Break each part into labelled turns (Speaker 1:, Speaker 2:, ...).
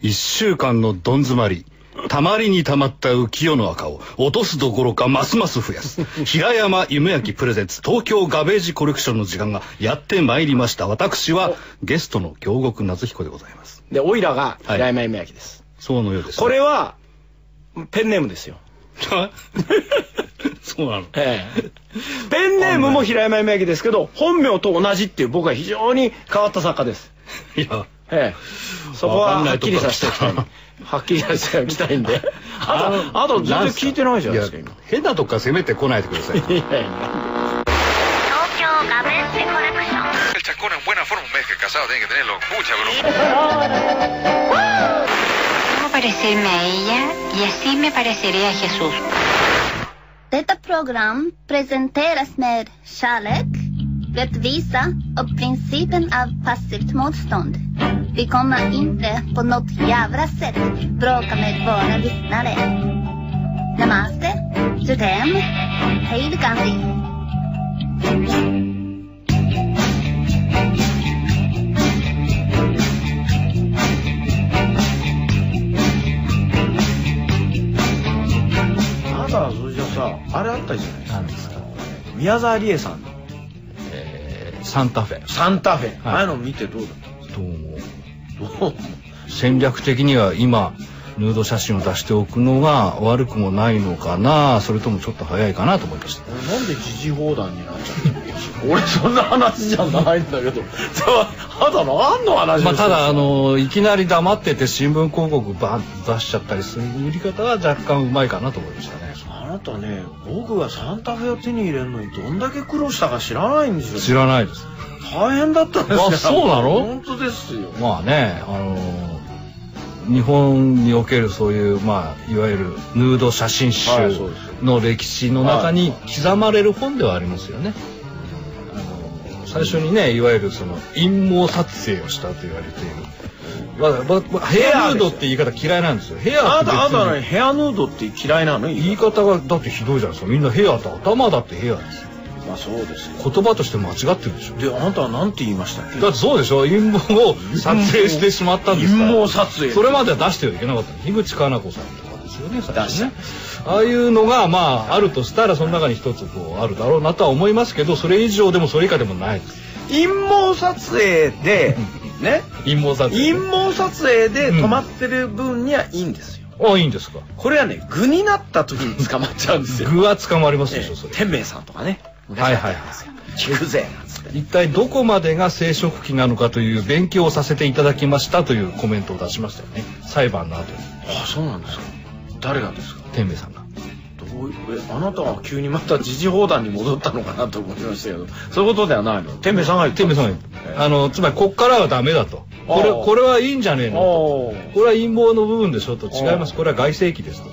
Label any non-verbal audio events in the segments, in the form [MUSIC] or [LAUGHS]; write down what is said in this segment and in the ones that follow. Speaker 1: 一週間のどん詰まりたまりにたまった浮世の赤を落とすどころかますます増やす平山夢明プレゼンツ東京ガベージコレクションの時間がやってまいりました私はゲストの京極夏彦でございます
Speaker 2: でオイラが平山夢明です、
Speaker 1: そうのようですね、
Speaker 2: これはペンネームですよ
Speaker 1: は [LAUGHS] そうなの
Speaker 2: ええ [LAUGHS] ペンネームも平山夢明ですけど本名と同じっていう僕は非常に変わった作家です
Speaker 1: いや
Speaker 2: ええ、そこ
Speaker 1: わか
Speaker 2: は
Speaker 1: んな
Speaker 2: はいっ
Speaker 1: と
Speaker 2: き
Speaker 1: こ
Speaker 2: りさせておきたい
Speaker 1: 来
Speaker 2: [LAUGHS] はっきりさせておきたいんで [LAUGHS] あとあと全然
Speaker 1: なんすか
Speaker 2: 聞いてないじゃないですか
Speaker 1: や
Speaker 2: 今
Speaker 1: 変なとこから攻めてこないでください
Speaker 2: いやいや
Speaker 3: 東京ガベンジコレクション
Speaker 4: El chacón en buena forma, un mes que casado tiene que tenerlo. Pucha, bro.
Speaker 3: ¿Cómo parecerme a ella? Y así me pareceré a Jesús.
Speaker 5: Detta program presenteras med kärlek, rättvisa och principen av passivt motstånd. Vi kommer inte på något jävla sätt bråka med våra lyssnare. Namaste, Judem, Hej Gandhi.
Speaker 2: あなたはそれじゃさあれあったじゃないですか宮沢りえさんの
Speaker 1: サンタフェ
Speaker 2: サンタフェ、
Speaker 1: はい
Speaker 2: ああいうの見てどうだ
Speaker 1: どうも
Speaker 2: どう
Speaker 1: 戦略的には今ヌード写真を出しておくのが悪くもないのかなそれともちょっと早いかなと思いました
Speaker 2: 俺なんで時事砲弾になっちゃったの俺そんな話じゃないんだけどそうあなた何の話をしてる
Speaker 1: まあ、ただあのいきなり黙ってて新聞広告バンと出しちゃったりする売り方は若干うまいかなと思いましたね
Speaker 2: あなたね僕がサンタフェを手に入れるのにどんだけ苦労したか知らないんですよ
Speaker 1: 知らないです
Speaker 2: 大変だったんですよ
Speaker 1: あそうなの
Speaker 2: 本当ですよ
Speaker 1: まあねあの日本におけるそういうまあいわゆるヌード写真集
Speaker 2: はいそうです
Speaker 1: の歴史の中に刻まれる本ではありますよね、あの最初にねいわゆるその陰謀撮影をしたと言われているまあまあヘアヌードって言い方嫌いなんですよヘア
Speaker 2: あ
Speaker 1: って
Speaker 2: なたあなたね
Speaker 1: 別に
Speaker 2: ヘアヌードって嫌いなの
Speaker 1: 言い方がだってひどいじゃないですかみんなヘアって頭だってヘアですよ
Speaker 2: まあそうですよ
Speaker 1: 言葉として間違ってるでしょ
Speaker 2: であなたは何て言いましたっけ
Speaker 1: だってそうでしょ陰謀を撮影してしまったんですから
Speaker 2: 陰謀撮影
Speaker 1: それまでは出してはいけなかったの樋口加奈子さんとかですよね最初ね
Speaker 2: 出
Speaker 1: ああいうのがまああるとしたらその中に一つこうあるだろうなとは思いますけどそれ以上でもそれ以下でもないです
Speaker 2: 陰謀撮影で
Speaker 1: [LAUGHS]
Speaker 2: ね
Speaker 1: 陰謀撮影
Speaker 2: 陰謀撮影で
Speaker 1: うん
Speaker 2: 止まってる分にはいいんですよ
Speaker 1: あいいんですか
Speaker 2: これはね具になった時に捕まっちゃうんですよ
Speaker 1: 具は捕まりますでしょ
Speaker 2: ええ
Speaker 1: それ
Speaker 2: 天明さんとかね
Speaker 1: はいはいはい
Speaker 2: 聞くぜなんつって
Speaker 1: 一体どこまでが生殖期なのかという勉強をさせていただきましたというコメントを出しましたよね裁判の後に
Speaker 2: あそうなんですか誰がですか
Speaker 1: 天明さんが
Speaker 2: どういうえあなたは急にまた時事砲弾に戻ったのかなと思いましたけどそういうことではないの天明さんが言って
Speaker 1: 天明さんが
Speaker 2: ええ
Speaker 1: あのつまりこっからはダメだとこれ
Speaker 2: ああ
Speaker 1: これはいいんじゃねえのと
Speaker 2: おー
Speaker 1: これは陰謀の部分でしょと違いま
Speaker 2: う
Speaker 1: す
Speaker 2: ん
Speaker 1: これは外生期ですと
Speaker 2: へ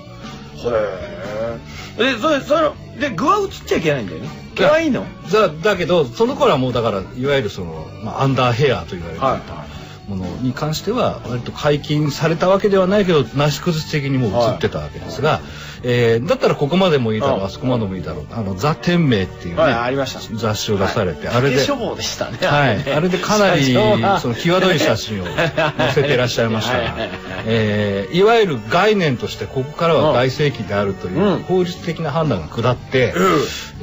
Speaker 2: えでそれそれで具は映っちゃいけないんだよね具はいいの
Speaker 1: だだけどその頃はもうだからいわゆるその、まあ、アンダーヘアと言われてい
Speaker 2: はい
Speaker 1: たものに関しては割と解禁されたわけではないけどなし崩し的にもう映ってたわけですが、えーだったらここまでもいいだろ
Speaker 2: う
Speaker 1: うんあそこまでもいいだろうあの「ザ・天命」っていうね、
Speaker 2: はいありました
Speaker 1: 雑誌を出されて、
Speaker 2: はい
Speaker 1: あれで
Speaker 2: 竹書房でしたね
Speaker 1: はい
Speaker 2: ね
Speaker 1: あれでかなり
Speaker 2: 社長が
Speaker 1: その際どい写真を載せてらっしゃいましたが
Speaker 2: はいはいはい
Speaker 1: えーいわゆる概念としてここからは大正規であるとい
Speaker 2: うん
Speaker 1: う法律的な判断が下って、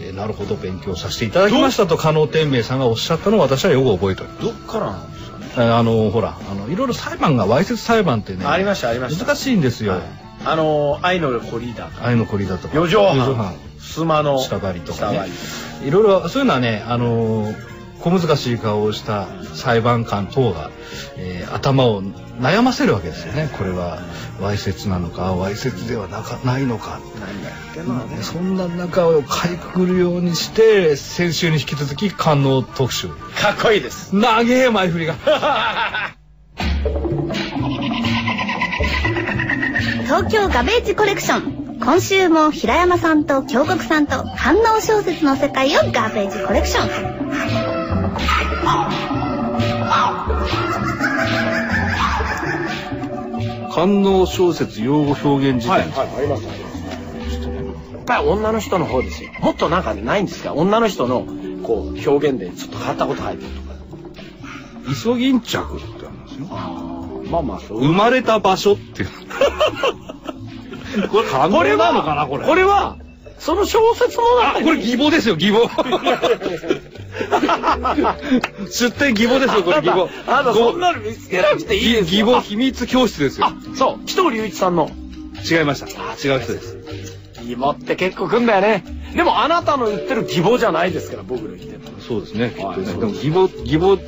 Speaker 1: えーなるほど勉強させていただきましたと加納天明さんがおっしゃったのを私はよく覚えております
Speaker 2: どっからなんですかね
Speaker 1: ああのほらあのいろいろ裁判がわいせつ裁判ってね
Speaker 2: ありましたありました
Speaker 1: 難しいんですよ、
Speaker 2: はいあの愛のコリーダーか
Speaker 1: 愛のこりだとか
Speaker 2: 四畳
Speaker 1: 四
Speaker 2: 半すまの
Speaker 1: 下張りとかね
Speaker 2: 下張り
Speaker 1: いろいろそういうのはねあのー小難しい顔をした裁判官等が、えー頭を悩ませるわけですよねこれはわいせつなのかわいせつではなかないのか
Speaker 2: 何がやってんのかね
Speaker 1: そんな中をかいくぐるようにして先週に引き続き官能特集
Speaker 2: かっこいい [LAUGHS] です
Speaker 1: 長え前振りが
Speaker 5: 東京ガベージコレクション今週も平山さんと京極さんと官能小説の世界をガベージコレクション
Speaker 1: 官能小説用語表現辞典、
Speaker 2: はい、あります、あります。やっぱり女の人の方ですよ。もっとなんかないんですか女の人の、こう、表現でちょっと変わったこと書いてるとか。
Speaker 1: イソギンチャクってあるんですよ。
Speaker 2: まあまあ、そう [LAUGHS]
Speaker 1: 生まれた場所っていう。
Speaker 2: これ、
Speaker 1: 能なのかなこれ
Speaker 2: これは、その小説の
Speaker 1: [LAUGHS] あ
Speaker 2: 中、に。
Speaker 1: これ義母ですよ、義 [LAUGHS] 母。出典義母ですよ、これ義母。
Speaker 2: あなた、あなたそんなの見つけなくていいです
Speaker 1: 義
Speaker 2: よ。
Speaker 1: 母秘密教室ですよ
Speaker 2: あ。、そう、鬼頭隆一さんの。
Speaker 1: 違いました。違う人です。
Speaker 2: 義母って結構くんだよね。でもあなたの言ってる義母じゃないですから、僕の言ってる。
Speaker 1: そうですね、きっとね。
Speaker 2: はい
Speaker 1: でも義母、義母、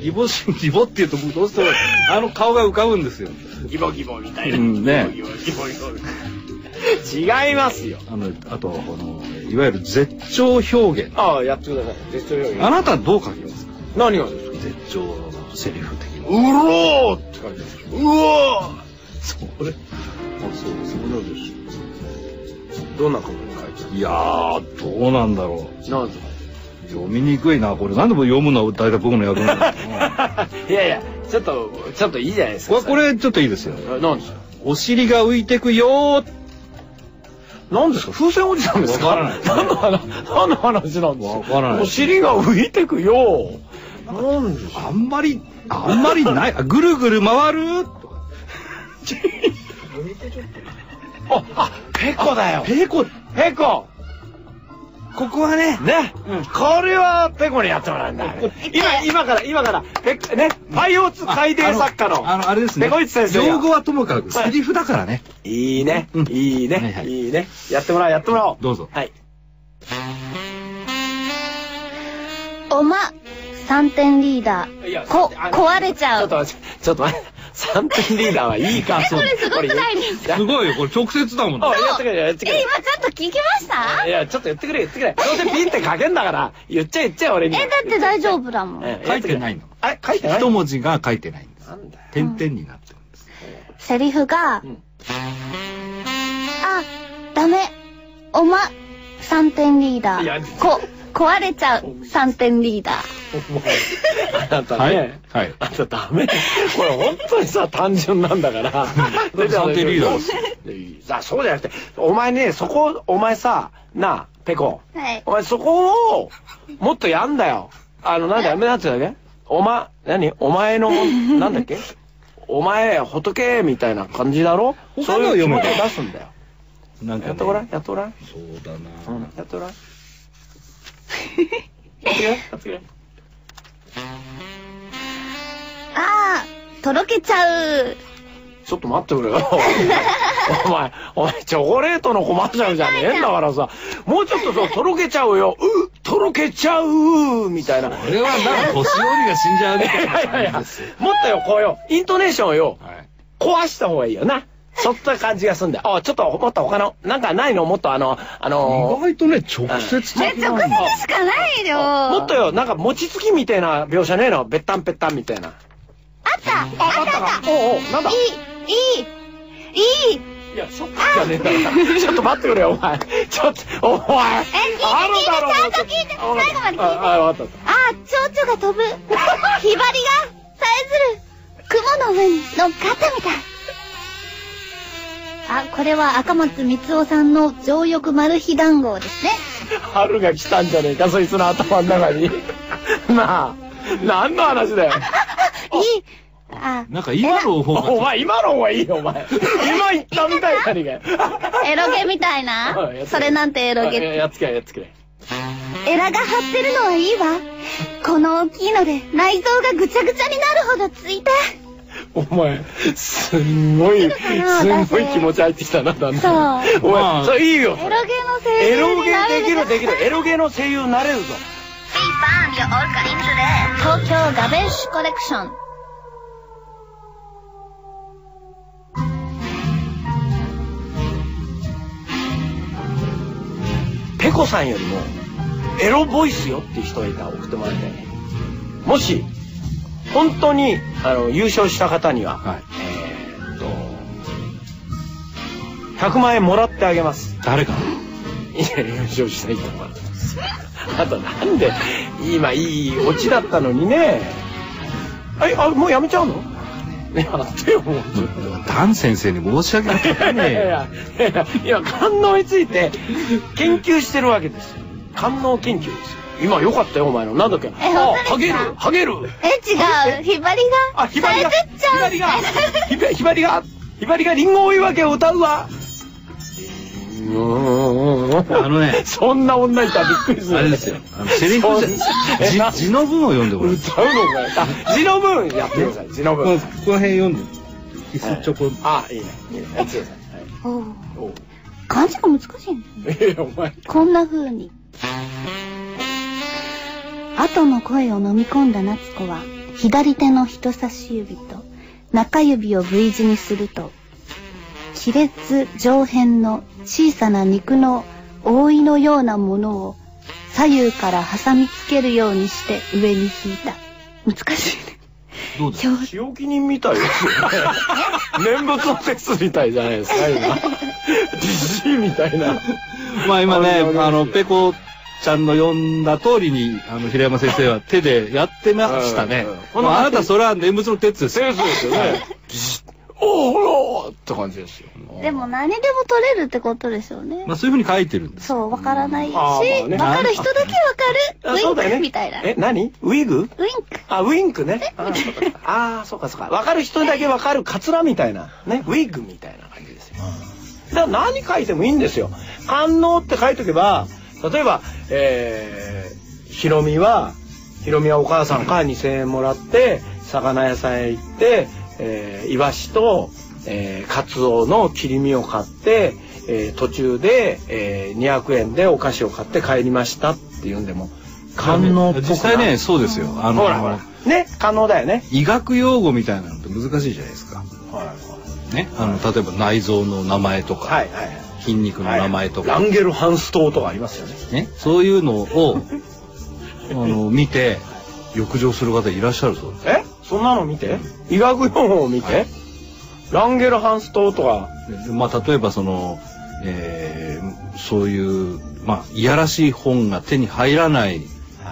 Speaker 1: 義母し、義母って言うと、どう [LAUGHS] しても、あの顔が浮かぶんですよ。
Speaker 2: 義母義母みたいな。
Speaker 1: うんね
Speaker 2: 義母義母義母義母。 [LAUGHS] 違いますよ。
Speaker 1: あの、あと、この、いわゆる絶頂表現。
Speaker 2: ああ、やってください。絶対よ
Speaker 1: あなたはどう書きますか
Speaker 2: 何がですか
Speaker 1: 絶頂のセリフ的に。
Speaker 2: うろーって感じです。うおー
Speaker 1: それ。あ、そうです。
Speaker 2: どうでしょうどんなことに書いて
Speaker 1: いやー、どうなんだろう。
Speaker 2: あるなんです
Speaker 1: 読みにくいな、これ。何でも読むのは大体僕の役なんだけどな
Speaker 2: いやいや、ちょっと、ちょっといいじゃないです
Speaker 1: こ
Speaker 2: か。
Speaker 1: れ、 [LAUGHS] これちょっといいですよ。
Speaker 2: れ、何ですか
Speaker 1: お尻が浮いてくよー
Speaker 2: 何ですか風船おじさんですか
Speaker 1: わからないですね
Speaker 2: 何の話、何の話なんです
Speaker 1: わからない
Speaker 2: お尻が浮いてくよ。何ですか
Speaker 1: あんまり、あんまりない。あぐるぐる回るとか。
Speaker 2: あ、あ、ペコだよ。
Speaker 1: ペコ、こ
Speaker 2: ペコ
Speaker 1: こはね、
Speaker 2: ね、これはペコにやってもらう
Speaker 1: [LAUGHS]
Speaker 2: んだ。今、今から、今から、ペコ、ね、パイオーツ海底作家の、
Speaker 1: あの、あれですね。
Speaker 2: ペコイチ先生が。
Speaker 1: 用語はともかく、
Speaker 2: はい
Speaker 1: セリフだからね。
Speaker 2: いいね
Speaker 1: うん、
Speaker 2: いい
Speaker 1: はい
Speaker 2: ね
Speaker 1: は、い
Speaker 2: いいね。やってもらおう、やってもらおう。
Speaker 1: どうぞ
Speaker 2: はい。
Speaker 5: おま、三点リーダ
Speaker 2: いや
Speaker 5: ー、こ、
Speaker 2: あの
Speaker 5: 壊れちゃ
Speaker 2: ちょっ。
Speaker 5: う
Speaker 2: と待って、ちょっと待って。三点リーダーはいいか、
Speaker 5: えこれすごくないです
Speaker 2: か
Speaker 1: すごいよ、これ直接だもん。
Speaker 2: あ、やってくれ、やって
Speaker 5: え、
Speaker 2: く
Speaker 5: 今
Speaker 2: れ
Speaker 5: ち。ょっと聞きました
Speaker 2: いや、ちょっと言ってくれ、言ってくれ。どうせピンって書けんだから、言っちゃえ言っちゃえ、俺
Speaker 5: え、
Speaker 2: に。
Speaker 5: だって大丈夫だもん。
Speaker 2: え
Speaker 1: 書いてないの。
Speaker 2: え、書いてない
Speaker 1: 一文字が書いてないんです。
Speaker 2: なん
Speaker 1: [LAUGHS]
Speaker 2: だよ。
Speaker 1: 点々になってるんです。
Speaker 5: セリフが
Speaker 2: うん、
Speaker 5: あ、ダメ、おま、三点リーダ
Speaker 2: いや
Speaker 5: ー、こ、壊れちゃう、三点リーダー。
Speaker 2: もうあなたね。
Speaker 1: はいはい
Speaker 2: あなたダメ。これ本当にさ、単純なんだから。出て
Speaker 1: 三点リーダーです
Speaker 2: です。あ、そうじゃなくて、お前ね、そこ、お前さ、なあ、ペコ。
Speaker 5: はい
Speaker 2: お。前そこを、もっとやんだよ。あの、なんだ、なんつうんだっけおま、何お前の、
Speaker 5: [LAUGHS]
Speaker 2: なんだっけお前、仏みたいな感じだろ
Speaker 1: 他の
Speaker 2: そういう気持ち
Speaker 1: 読め
Speaker 2: を
Speaker 1: ば
Speaker 2: 出すんだよ。
Speaker 1: なんかね
Speaker 2: やっとごらん、やっとごらん。
Speaker 1: そうだ
Speaker 2: う、
Speaker 1: なん
Speaker 2: やっとごらん。やってくれ、やってくれ。
Speaker 5: あー、とろけちゃう。
Speaker 2: ちょっと待ってくれよ。お前、お前、チョコレートのコマーシャルじゃねえんだからさ、もうちょっとそう、とろけちゃうよ。うっとろけちゃうみたいな。い
Speaker 1: これはなんか年寄りが死んじゃうみたい
Speaker 2: や
Speaker 1: ない
Speaker 2: やいや、も
Speaker 1: 感じで
Speaker 2: っ
Speaker 1: すよ。
Speaker 2: とよ、こうよ、イントネーションをよ、
Speaker 1: はい。
Speaker 2: 壊した方がいいよな。そった感じがすんだ
Speaker 1: [LAUGHS]
Speaker 2: よ。あ、ちょっと、もっと他の、なんかないのもっとあの、あの、
Speaker 1: 意外とね、直接
Speaker 5: え、
Speaker 1: 的な
Speaker 5: 直
Speaker 1: んだ
Speaker 5: 接しかないよ。
Speaker 2: もっとよ、なんか餅つきみたいな描写ねえの。べったんべったんみたいな。
Speaker 5: あった、あったあったあっ
Speaker 2: おうおう、なん
Speaker 5: た。
Speaker 2: だ
Speaker 5: いい、いい、いい。
Speaker 2: いや、ショックじゃねえんだ [LAUGHS] から。ちょっと待ってくれよ、お前。ちょっと、お前。
Speaker 5: え、聞いて
Speaker 2: ある
Speaker 5: 聞いて、
Speaker 2: だろう
Speaker 5: ちゃんと聞いて、最後まで聞いて。
Speaker 2: あ、あ、わかった。
Speaker 5: ああ、蝶々が飛ぶ。 [LAUGHS] ひばりが、さえずる。雲の上に乗っかったみたい。あ、これは赤松光夫さんの情欲マル秘談合ですね。
Speaker 2: 春が来たんじゃねえか、そいつの頭の中に。 [LAUGHS] なあ、何の話だよ。
Speaker 5: あいい。あ、
Speaker 1: なんか今の方が
Speaker 2: お前、今の方がいいよ、お前。今言ったみたいな何がよ。
Speaker 5: エロゲみたい
Speaker 2: [LAUGHS]
Speaker 5: な
Speaker 2: おいや。つけ
Speaker 5: それなんてエロ
Speaker 2: あいや
Speaker 5: ゲ。
Speaker 2: やっつけ、やっつけ。
Speaker 5: エラが張ってるのはいいわ。この大きいので内臓がぐちゃぐちゃになるほどついて。
Speaker 2: お前、すんごい、
Speaker 5: るかな
Speaker 2: すんごい気持ち入ってきたな、だんだん。
Speaker 5: そ
Speaker 2: お前、
Speaker 1: まあ
Speaker 2: それいいよ。
Speaker 5: エロゲの声優
Speaker 2: エロ
Speaker 5: に
Speaker 2: ゲ
Speaker 5: な
Speaker 2: ーできる、できる。
Speaker 5: ビ
Speaker 2: エロゲーの声優になれるぞ。
Speaker 5: バンよ、オルカリンズで。東京ガベッシュコレクション。
Speaker 2: ペコさんよりも、エロボイスよっていう人がいたら送ってもらいたいね。もし、本当に、あの、優勝した方には、
Speaker 1: はい
Speaker 2: えーっと、100万円もらってあげます。
Speaker 1: 誰かな。
Speaker 2: いや、優勝したいと思います。 [LAUGHS] あと、なんで、今、いいオチだったのにね。え、あ、もうやめちゃうのやってよ、もうちょっと。
Speaker 1: ダン先生に申し訳なく
Speaker 2: いやいやいやいや、いや、官能について研究してるわけですよ。官能研究ですよ。
Speaker 1: い
Speaker 2: 今良かったよ、お前の。なんだっけあ、ハ
Speaker 5: 本当
Speaker 2: ゲ
Speaker 5: です
Speaker 2: る
Speaker 5: か
Speaker 2: ハゲる
Speaker 5: え、違う。ひばりが。
Speaker 2: あ、ひばりが
Speaker 5: さえてっちゃう。
Speaker 2: ひばりがひばひばりがひばりがリンゴ追い分けを歌うわ
Speaker 1: あのね
Speaker 2: そんな女いたらびっくりする。
Speaker 1: あれですよあのセリフ
Speaker 2: そん
Speaker 1: じゃ字字の文を読んでもらう
Speaker 2: 歌うのかよ。あ、字の分やってください、字の
Speaker 1: この
Speaker 2: 分。
Speaker 1: この辺読んで椅子ちょこっと
Speaker 2: あ、いいね。いいねやってください。
Speaker 5: おう
Speaker 2: おう
Speaker 5: 漢字が難しいんだね。
Speaker 2: えお前。
Speaker 5: こんな風に。後の声を飲み込んだ夏子は、左手の人差し指と中指を V 字にすると、亀裂上辺の小さな肉の覆いのようなものを左右から挟みつけるようにして上に引いた。難しいね。
Speaker 1: どうです
Speaker 5: 表
Speaker 2: 仕置き人みたいで
Speaker 1: [LAUGHS]
Speaker 2: すよね。念仏の説みたいじゃないですか、今。じじいみたいな。
Speaker 1: まあ今ね
Speaker 2: あわかりま、す
Speaker 1: あの、ペコちゃんの読んだ通りに、あの、平山先生は手でやってましたね
Speaker 2: うんうんうん。
Speaker 1: まあ、あなたそれは念仏の鉄ですよ。
Speaker 2: センスですよね。おーろーって感じですよ。
Speaker 5: でも何でも取れるってことでしょうね。
Speaker 1: まあそういうふうに書いてるんです。
Speaker 5: そう、わからないし、
Speaker 2: あ
Speaker 5: わ、
Speaker 2: ーまあね
Speaker 5: かる人だけわか
Speaker 2: あ
Speaker 5: る。ウ
Speaker 2: そ
Speaker 5: ィ
Speaker 2: うだよ
Speaker 5: ン
Speaker 2: ね
Speaker 5: クみたいな。ウィン
Speaker 2: え、何ウィグ
Speaker 5: ク。
Speaker 2: あ、ウィンクね。あーそうかそうかあー、そうかそうか。わかる人だけわかるカツラみたいな。ね。ウィグみたいな感じですよ。だから何書いてもいいんですよ。反応って書いとけば、例えば、えー、ひろみは、ひろみはお母さんから2000円もらって、魚屋さんへ行って、えー、イワシと、えー、カツオの切り身を買って、えー、途中で、えー、200円でお菓子を買って帰りましたっていうんでも、官能っぽくない
Speaker 1: 実際ね、そうですよ。あ
Speaker 2: ほらほ
Speaker 1: の、。
Speaker 2: らね、可能だよね。
Speaker 1: 医学用語みたいなのって難しいじゃないですか。ね。あの、例えば内臓の名前と
Speaker 2: は
Speaker 1: か、
Speaker 2: いはい。
Speaker 1: 筋肉の名前と
Speaker 2: ラ
Speaker 1: か、
Speaker 2: ンゲルハンス島とかありますよね。
Speaker 1: ね。そういうのを、 [LAUGHS] あの、見て、浴場する方いらっしゃるそうです。
Speaker 2: えそんなの見て医学用語を見て、ランゲルハンス島とか。
Speaker 1: でまあ、例えばその、えーそういう、まあ、いやらしい本が手に入らない、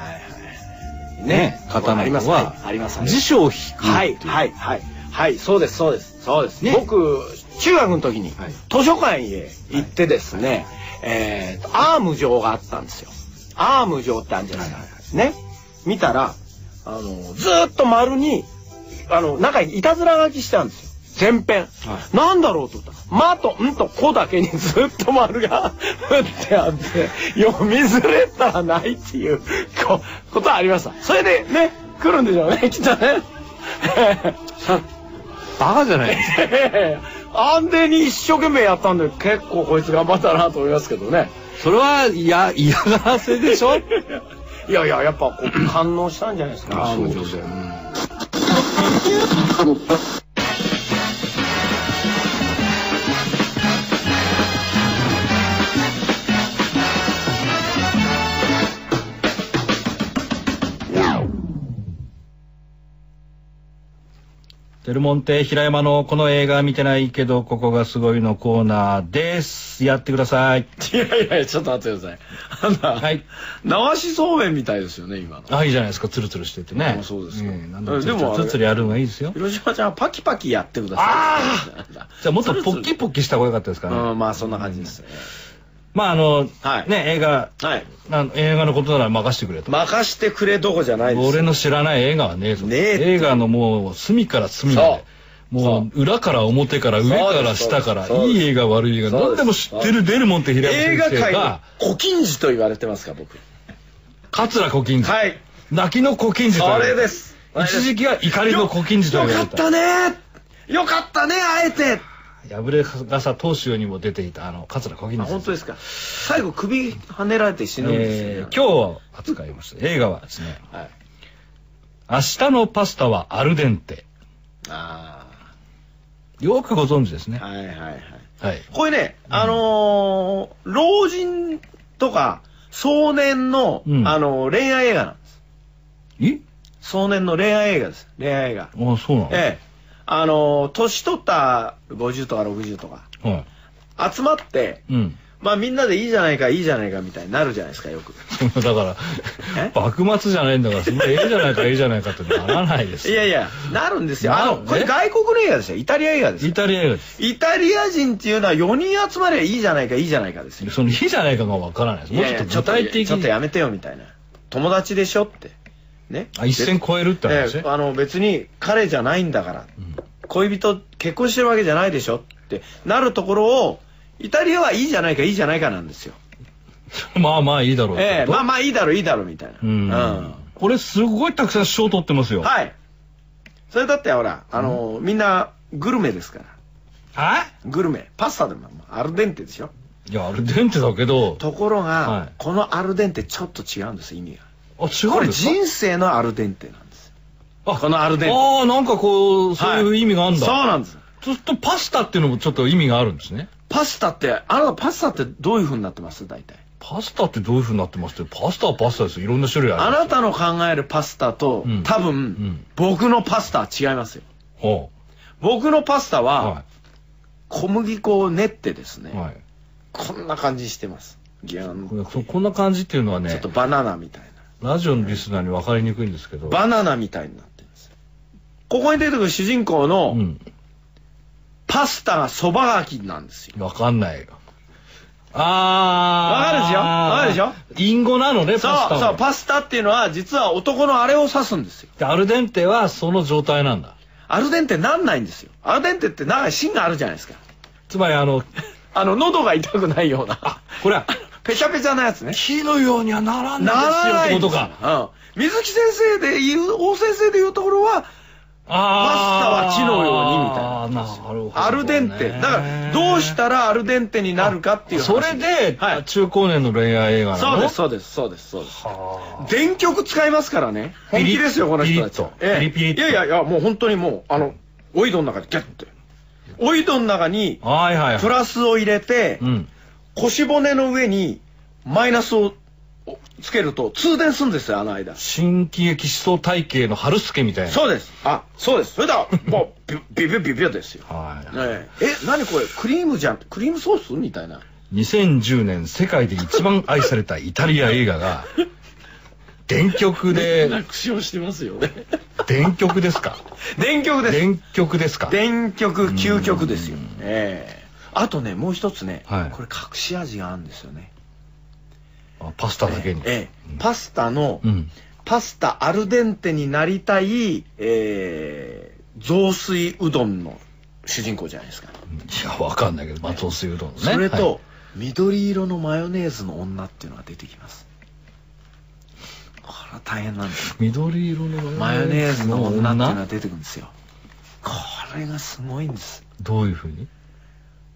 Speaker 2: はい
Speaker 1: ね、方
Speaker 2: あ
Speaker 1: な
Speaker 2: り
Speaker 1: ど
Speaker 2: ます
Speaker 1: は
Speaker 2: ね、ありますあります
Speaker 1: 辞書を引く。
Speaker 2: はいはいはい。はい、そうですそうです。そうです。
Speaker 1: ね
Speaker 2: 僕、中学の時に
Speaker 1: はい
Speaker 2: 図書館へ行ってですね、えーとアーム状があったんですよ。アーム状ってあるじゃないですか。ね。見たら、あの、ずーっと丸に、あの、中にいたずら書きしてあるんですよ。前編。
Speaker 1: は
Speaker 2: なんだろうと思ったら、まと、んと、こだけにずっと丸が打ってあって、読みずれたらないっていう、こ、ことはありました。それで、ね、来るんでしょうね、きっとね。 [LAUGHS]
Speaker 1: バカじゃないですか。
Speaker 2: 安定に一生懸命やったんで、結構こいつ頑張ったなと思いますけどね。
Speaker 1: それは、いや、嫌がらせでしょ
Speaker 2: [LAUGHS] いやいや、やっぱこう、反応したんじゃないですか。
Speaker 1: そうですよテルモンテ平山のこの映画見てないけど、ここがすごいのコーナーです。やってください。
Speaker 2: いやいや、ちょっと待ってください。あんな、
Speaker 1: はい
Speaker 2: 流しそうめんみたいですよね、今の。
Speaker 1: あ、いいじゃないですか。ツルツルしててね
Speaker 2: あ。そうですか
Speaker 1: ええなんでも
Speaker 2: えでもあれ
Speaker 1: ツルツルやるのがいいですよ。
Speaker 2: 広島ちゃんはパキパキやってくださ [LAUGHS] い。あ
Speaker 1: じゃあもっとポッキポッキした方が良かったですかね。
Speaker 2: うん、まあそんな感じですよね。
Speaker 1: まああの、
Speaker 2: はい
Speaker 1: ね、映画、
Speaker 2: はい。
Speaker 1: あの映画のことなら任せてくれと。
Speaker 2: 任してくれどこじゃないです。
Speaker 1: 俺の知らない映画はねえぞ。
Speaker 2: ねえって
Speaker 1: 映画のもう隅から隅まで。もう裏から表から上から下から
Speaker 2: そうですそう
Speaker 1: い
Speaker 2: です
Speaker 1: い映画悪い映画
Speaker 2: そう
Speaker 1: 何
Speaker 2: です
Speaker 1: でも知ってるデルモンって平
Speaker 2: 映
Speaker 1: 山
Speaker 2: 画
Speaker 1: 先生
Speaker 2: 界の
Speaker 1: が
Speaker 2: 古今児と言われてますか、僕。
Speaker 1: 桂小金次
Speaker 2: はい。
Speaker 1: 泣きの小金次と呼
Speaker 2: そ
Speaker 1: ばれ
Speaker 2: れ
Speaker 1: る
Speaker 2: です。
Speaker 1: 一時期は怒りの小金次と
Speaker 2: よ
Speaker 1: 呼ば
Speaker 2: か
Speaker 1: れ
Speaker 2: ったねよかったね、あえて
Speaker 1: た破れ傘当主にも出ていたあの桂小金次先生
Speaker 2: ですか。最後首跳ねられて死
Speaker 1: えー今日扱いました映画はですね
Speaker 2: 日。はい。
Speaker 1: 「明日のパスタはアルデンテ
Speaker 2: あ」
Speaker 1: よくご存知です
Speaker 2: あ。
Speaker 1: ね
Speaker 2: はいはいはい。
Speaker 1: はい
Speaker 2: これね、あのー老人とか、少年の、
Speaker 1: うん
Speaker 2: あのー恋愛映画なんです。
Speaker 1: え
Speaker 2: 少年の恋愛映画です。恋愛映画。
Speaker 1: あそうなの
Speaker 2: ええ。あのー年取った50とか60とか、
Speaker 1: は
Speaker 2: 集まって、
Speaker 1: いうん [LAUGHS]
Speaker 2: まあみんなでいいじゃないか、いいじゃないかみたいになるじゃないですか、よく。
Speaker 1: そんなだか
Speaker 2: え
Speaker 1: ら幕末じゃないんだからそんなええじゃないかええじゃないかってならないです
Speaker 2: いやいや、なるんですよ。あの、
Speaker 1: なるね
Speaker 2: これ外国の映画ですよ。イタリア映画です
Speaker 1: イ
Speaker 2: よ。
Speaker 1: タリア映画です
Speaker 2: イタリア人っていうのは4人集まればいいじゃないか、いいじゃないかですよ。
Speaker 1: その「いいじゃないか」がわからないですもうちょっと具体
Speaker 2: いやいや
Speaker 1: 的
Speaker 2: ちょっと
Speaker 1: に
Speaker 2: やめてよみたいな。友達でしょって。ね。
Speaker 1: あ一線超えるって話
Speaker 2: ええあの、別に彼じゃないんだから。恋人、結婚してるわけじゃないでしょってなるところを、イタリアはいいじゃないか、いいじゃないかなんですよ。
Speaker 1: [LAUGHS] まあまあいいだろうって
Speaker 2: ええ
Speaker 1: こと
Speaker 2: まあまあいいだろ、いいだろ、みたいな。
Speaker 1: うん、これすごいたくさん賞取ってますよ
Speaker 2: はい。それだってほら、あの、みんなグルメですから。
Speaker 1: は
Speaker 2: グルメ。パスタでもアルデンテでしょ。
Speaker 1: いいやアルデンテだけど
Speaker 2: ところが、
Speaker 1: はい
Speaker 2: このアルデンテちょっと違うんです、意味が。
Speaker 1: あ違
Speaker 2: こ
Speaker 1: うん
Speaker 2: れ
Speaker 1: ですか
Speaker 2: 人生のアルデンテなんです。
Speaker 1: あ
Speaker 2: このアルデンテ
Speaker 1: ああなんかこうそういう意味があるんだ、
Speaker 2: はいそうなんです。
Speaker 1: そうするとパスタっていうのもちょっと意味があるんですね
Speaker 2: パスタって、あなたパスタってどういう風になってます大体。
Speaker 1: パスタってどういうふうになってますってパスタはパスタですよいろんな種類ある
Speaker 2: あなたの考えるパスタと、
Speaker 1: うん
Speaker 2: 多分、
Speaker 1: ん
Speaker 2: 僕のパスタは違いますよ。
Speaker 1: ほ
Speaker 2: 僕のパスタ
Speaker 1: う
Speaker 2: は、
Speaker 1: は
Speaker 2: 小麦粉を練ってです
Speaker 1: い
Speaker 2: ね、
Speaker 1: はい
Speaker 2: こんな感じにしてます。ギューン
Speaker 1: ここんな感じっていうのは
Speaker 2: ちょっ
Speaker 1: ね
Speaker 2: とバナナみたいな。
Speaker 1: ラジオのリスナーに分かりにくいんですけど
Speaker 2: バナナみたいになってるんですよここに出てくる主人公の、
Speaker 1: うん
Speaker 2: パスタがそばがきなんですよ。
Speaker 1: 分かんないよああ
Speaker 2: わかるでしょわか
Speaker 1: るでしょ隠語なのねパス
Speaker 2: そ
Speaker 1: タ
Speaker 2: う、
Speaker 1: は
Speaker 2: そう、パスタっていうのは、実は男のあれを指すんですよ。
Speaker 1: でアルデンテはその状態なんだ
Speaker 2: アルデンテなんないんですよ。アルデンテって長い芯があるじゃないですか。
Speaker 1: つまりあの
Speaker 2: あの、喉が痛くないような。
Speaker 1: これは
Speaker 2: ペチャペチャなやつね。
Speaker 1: 木のようにはならんので
Speaker 2: な
Speaker 1: す
Speaker 2: ら
Speaker 1: よっ
Speaker 2: ない
Speaker 1: て
Speaker 2: ん
Speaker 1: こと
Speaker 2: ですよ
Speaker 1: か。
Speaker 2: うん。水木先生で言う、大先生で言うところは、パ
Speaker 1: あー
Speaker 2: スタは木のようにみたいな
Speaker 1: あーなるほどね
Speaker 2: アルデンテ。だから、どうしたらアルデンテになるかっていう話
Speaker 1: それで、
Speaker 2: はい。
Speaker 1: 中高年の恋愛映画なの
Speaker 2: そうです、そうです、そうです、そうです。
Speaker 1: は
Speaker 2: 電極使いますからね。
Speaker 1: ピリ
Speaker 2: 本気ですよ、この人たちは。
Speaker 1: ピリッと
Speaker 2: ええ
Speaker 1: ピリピリッと
Speaker 2: いやいやいや、もう本当にもう、あの、オイドの中でギャッて。オイドの中に
Speaker 1: あ、はいはいはい
Speaker 2: プラスを入れて、
Speaker 1: うん
Speaker 2: 腰骨の上にマイナスをつけると通電するんですよ、あの間。
Speaker 1: 新喜劇思想体系の春助みたいな
Speaker 2: そうです。あ、そうです。それで
Speaker 1: [LAUGHS]
Speaker 2: は、もう、ビビビビビビですよ。
Speaker 1: は
Speaker 2: ええ、え何これクリームじゃんクリームソースみたいな。
Speaker 1: い2010年世界で一番愛されたイタリア映画が電極で
Speaker 2: 苦笑してますよね。
Speaker 1: 電極ですか
Speaker 2: [LAUGHS] 電極です。
Speaker 1: 電極ですか
Speaker 2: 電極究極ですよええあとねもう一つね、
Speaker 1: はい
Speaker 2: これ隠し味があるんですよね
Speaker 1: あパスタだけに
Speaker 2: ええパスタの、
Speaker 1: うん
Speaker 2: パスタアルデンテになりたい、えー、雑炊うどんの主人公じゃないですか、
Speaker 1: いやわかんないけど松尾水うどんのね
Speaker 2: それと、
Speaker 1: はい
Speaker 2: 緑色のマヨネーズの女っていうのが出てきますこれは大変なんですよ
Speaker 1: 緑色の
Speaker 2: マヨネーズの女っていうのが出てくるんですよこれがすごいんです
Speaker 1: どういうふうに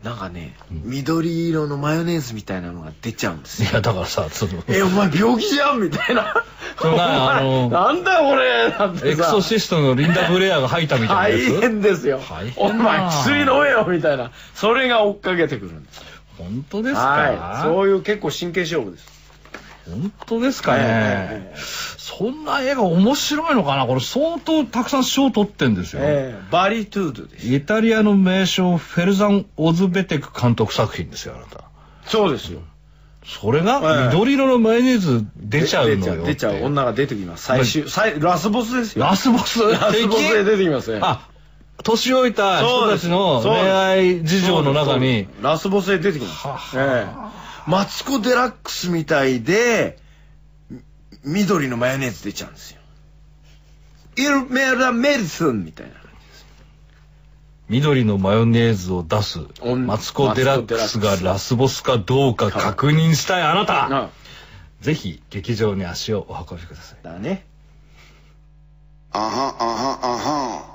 Speaker 2: なんかね、
Speaker 1: うん
Speaker 2: 緑色のマヨネーズみたいなのが出ちゃうんです
Speaker 1: い
Speaker 2: よ。
Speaker 1: やだからさその
Speaker 2: え、お前病気じゃんみたいな。
Speaker 1: それなあの
Speaker 2: お前なんだこれなんて
Speaker 1: エクソシストのリンダ・ブレアが吐いたみたい
Speaker 2: 大
Speaker 1: なやつ
Speaker 2: 変ですよ
Speaker 1: 大。変
Speaker 2: お
Speaker 1: だな
Speaker 2: 前薬飲めよみたいな。それが追っかけてくるんです。
Speaker 1: 本当ですか、
Speaker 2: はい。そういう結構神経勝負です。
Speaker 1: 本当ですかね、
Speaker 2: ええ
Speaker 1: そんな映画面白いのかなこれ相当たくさん賞取ってんですよ、
Speaker 2: ええバリトゥードです。
Speaker 1: イタリアの名将フェルザン・オズベテク監督作品ですよあなた
Speaker 2: そうですよ。
Speaker 1: それが緑色のマヨネーズ出ちゃうのよって
Speaker 2: 出ちゃう。出ちゃう女が出てきます。最終、最、ラスボスですよ。
Speaker 1: ラスボス
Speaker 2: ラスボスで出てきますね。
Speaker 1: あ年老いた人たちの
Speaker 2: そ
Speaker 1: 恋
Speaker 2: うです
Speaker 1: 愛事情の中に
Speaker 2: そうですラスボスで出てきます、ええ、マツコ・デラックスみたいでみ緑のマヨネーズ出ちゃうんですよイルメラ・メルソンみたいな
Speaker 1: 緑のマヨネーズを出す
Speaker 2: うん
Speaker 1: マツコ・デラックスがラスボスかどうか確認したいあなた
Speaker 2: あ
Speaker 1: ぜひ劇場に足をお運びください
Speaker 2: だね
Speaker 6: Uh-huh,
Speaker 4: Ajá, ajá, ajá.
Speaker 6: Uh-huh.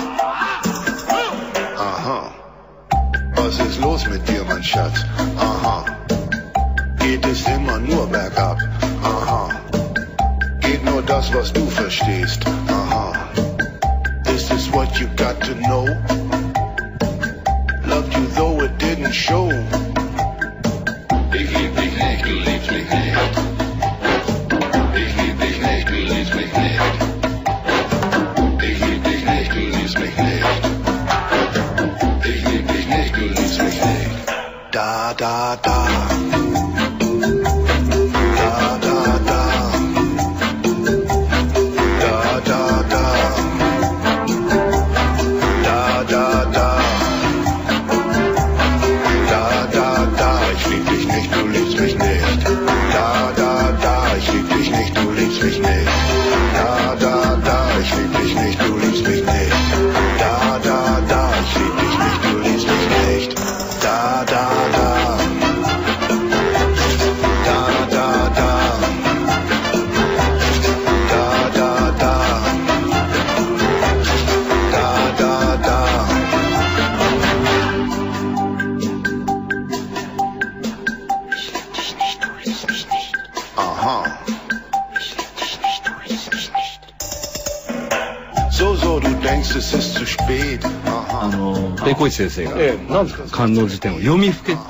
Speaker 6: Uh-huh. Uh-huh. Was ist los mit dir, mein Schatz? Aha. Geht es immer nur bergab? Aha. Geht nur das, was du verstehst? Aha. This is what you got to know. Loved you though it didn't show.
Speaker 4: Ich lieb dich nicht, du liebst mich nicht. Ich lieb dich nicht, du liebst mich nicht. Ich lieb dich nicht, du liebst mich nicht. Ich lieb dich nicht, du liebst mich nicht.
Speaker 6: Da, da, da. Da, da, da. Da, da, da. Aha. So, so, du denkst, es ist zu spät.
Speaker 1: あ
Speaker 6: Aha.
Speaker 1: のペコイチ先生が
Speaker 2: ええ、なんですか
Speaker 1: 観音辞典を読みふけ
Speaker 2: おう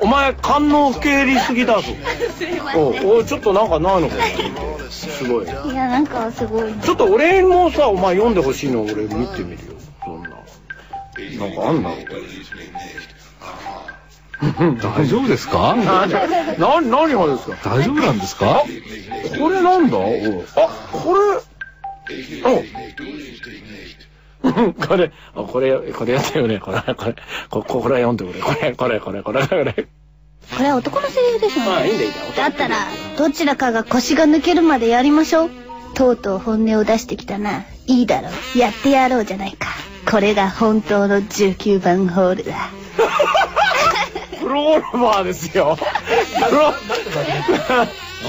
Speaker 2: お前官能受け入りすぎだぞおうおうちょっとなんかないのかなすごいち
Speaker 5: いや、なんかすごい。
Speaker 2: ょっと俺もさお前読んでほしいの俺見てみるよそんななんかあんな
Speaker 1: 大丈夫ですか
Speaker 2: な何がですか
Speaker 1: 大丈夫なんですか
Speaker 2: これなんだおうあこれおう [LAUGHS] これ、あこれ、これやったよね、これ、これ、こ、ここれは読んでくれ、これ、これ、これ、これ、これ。
Speaker 5: これは男のセリフですよね。
Speaker 2: ああいいんだいいんだ男
Speaker 5: だったら、どちらかが腰が抜けるまでやりましょう。とうとう本音を出してきたな。いいだろう。やってやろうじゃないか。これが本当の19番ホールだ。
Speaker 2: プロールバーですよ。プロ。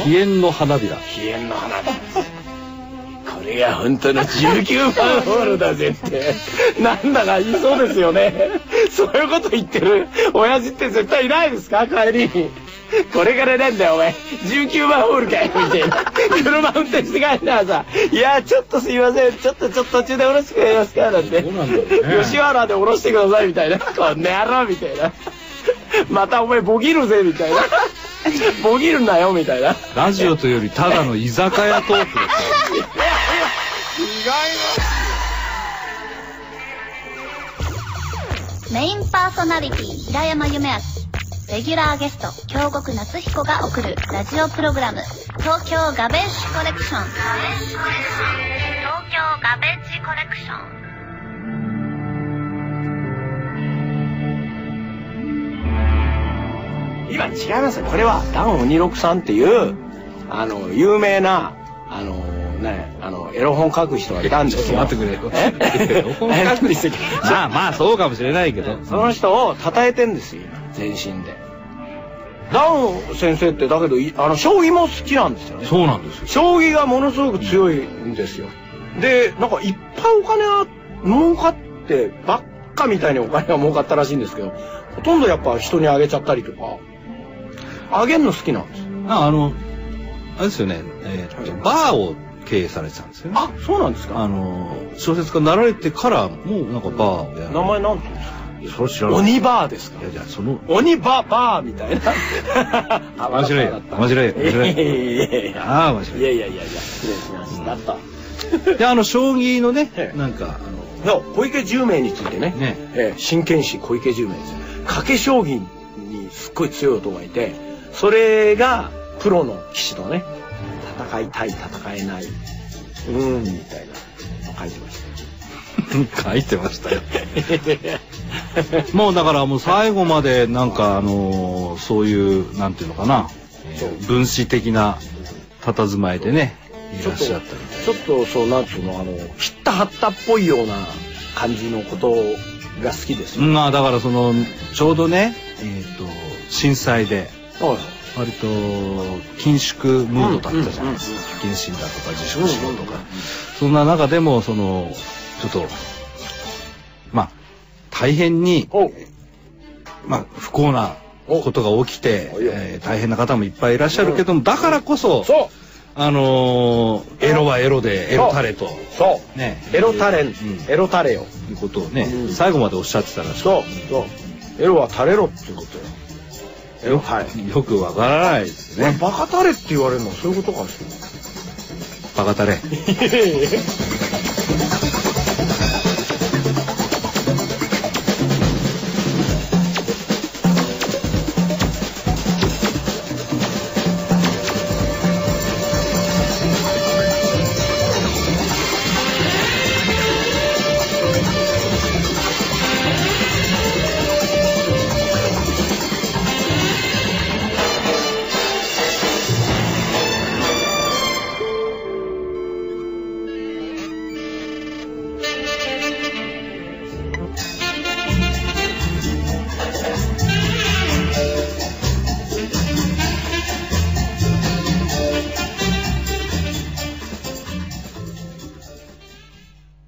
Speaker 1: 飛燕の花びら
Speaker 2: 飛燕の花火これが本当の19番ホールだぜってなんだか言いそうですよねそういうこと言ってる親父って絶対いないですか帰りにこれからなんだよお前19番ホールかよみたいな車運転して帰ったらさ「いやちょっとすいませんちょっとちょっと途中で降ろしてくれますか」なんて
Speaker 7: うなんだよね
Speaker 2: 吉原で降ろしてください」みたいな「こんな野郎」みたいな「 [LAUGHS] またお前ボギるぜ」みたいな [LAUGHS] 「ボギるなよ」みたいな。
Speaker 1: ラジオというよりただの居酒屋トークです
Speaker 8: メインパーソナリティ平山夢明レギュラーゲスト京極夏彦が送るラジオプログラム「東京ガベージコレクション」東京ガベージコレクション
Speaker 2: 今違いますよこれはダン鬼六さんっていうあの有名なあのねあのエロ本書く人がいたんですよ
Speaker 1: ちょっと待ってくれ
Speaker 2: え
Speaker 1: エロ本書く人まあまあそうかもしれ
Speaker 2: [LAUGHS]
Speaker 1: ないけど
Speaker 2: その人を称えてんですよ今全身でダン先生ってだけどいあの将棋も好きなんですよね
Speaker 7: そうなんですよ
Speaker 2: 将棋がものすごく強いんですよでなんかいっぱいお金が儲かってばっかみたいにお金が儲かったらしいんですけどほとんどやっぱ人にあげちゃったりとかあげんの好きなんです
Speaker 1: ああのあれですよねえーっとバーを経営されてたんですよね
Speaker 2: あそうなんですか
Speaker 1: あの小説家になられてからもうなんかバーをや
Speaker 2: 名前なんて言うんですか
Speaker 1: 前それ知らない
Speaker 2: 鬼バーですか
Speaker 1: いやいやその
Speaker 2: 鬼バーバーみたいなあ
Speaker 1: 面白い
Speaker 2: わ
Speaker 1: よ
Speaker 2: かった
Speaker 1: 面白いよ面白
Speaker 2: いや
Speaker 1: い
Speaker 2: いやいやいや
Speaker 1: ああ面白い
Speaker 2: いやいやいやいや失礼しましたと
Speaker 1: であの将棋のね
Speaker 2: ええ
Speaker 1: なんかあの
Speaker 2: いや小池10名についてね
Speaker 1: ね
Speaker 2: ええ真剣士小池10名です賭け将棋にすっごい強い男がいてそれがプロの棋士のね戦いたい戦えないうーんみたいなの書いてました
Speaker 1: 書いてましたよ [LAUGHS] もうだからもう最後までなんかあのーそういうなんていうのかなえー分子的な佇まいでねいらっしゃったり
Speaker 2: ちょっとそうなんつうのあのひったはったっぽいような感じのことが好きですよ、
Speaker 1: まあだからそのちょうどねえっ、と震災で
Speaker 2: はい
Speaker 1: 割と緊縮ムードだったじゃないです
Speaker 2: うんうん
Speaker 1: か謹慎だとか自粛しようとかそんな中でもそのちょっとまあ大変に
Speaker 2: おう
Speaker 1: まあ、不幸なことが起きて、
Speaker 2: おいよ
Speaker 1: えー大変な方もいっぱいいらっしゃるけども、だからこそ、
Speaker 2: そう
Speaker 1: あのーエロはエロでエロタレと
Speaker 2: そう、
Speaker 1: ね
Speaker 2: エロタレン、エロタレよ
Speaker 1: いうことをね、
Speaker 2: うん
Speaker 1: 最後までおっしゃってたらしく
Speaker 2: そうそうエロはタレロっていうことよエロタレ
Speaker 1: よくわからないです
Speaker 2: ね
Speaker 1: ね。
Speaker 2: バカタレって言われるのはそういうことかもしれない
Speaker 1: バカタレ。
Speaker 2: いやいやいや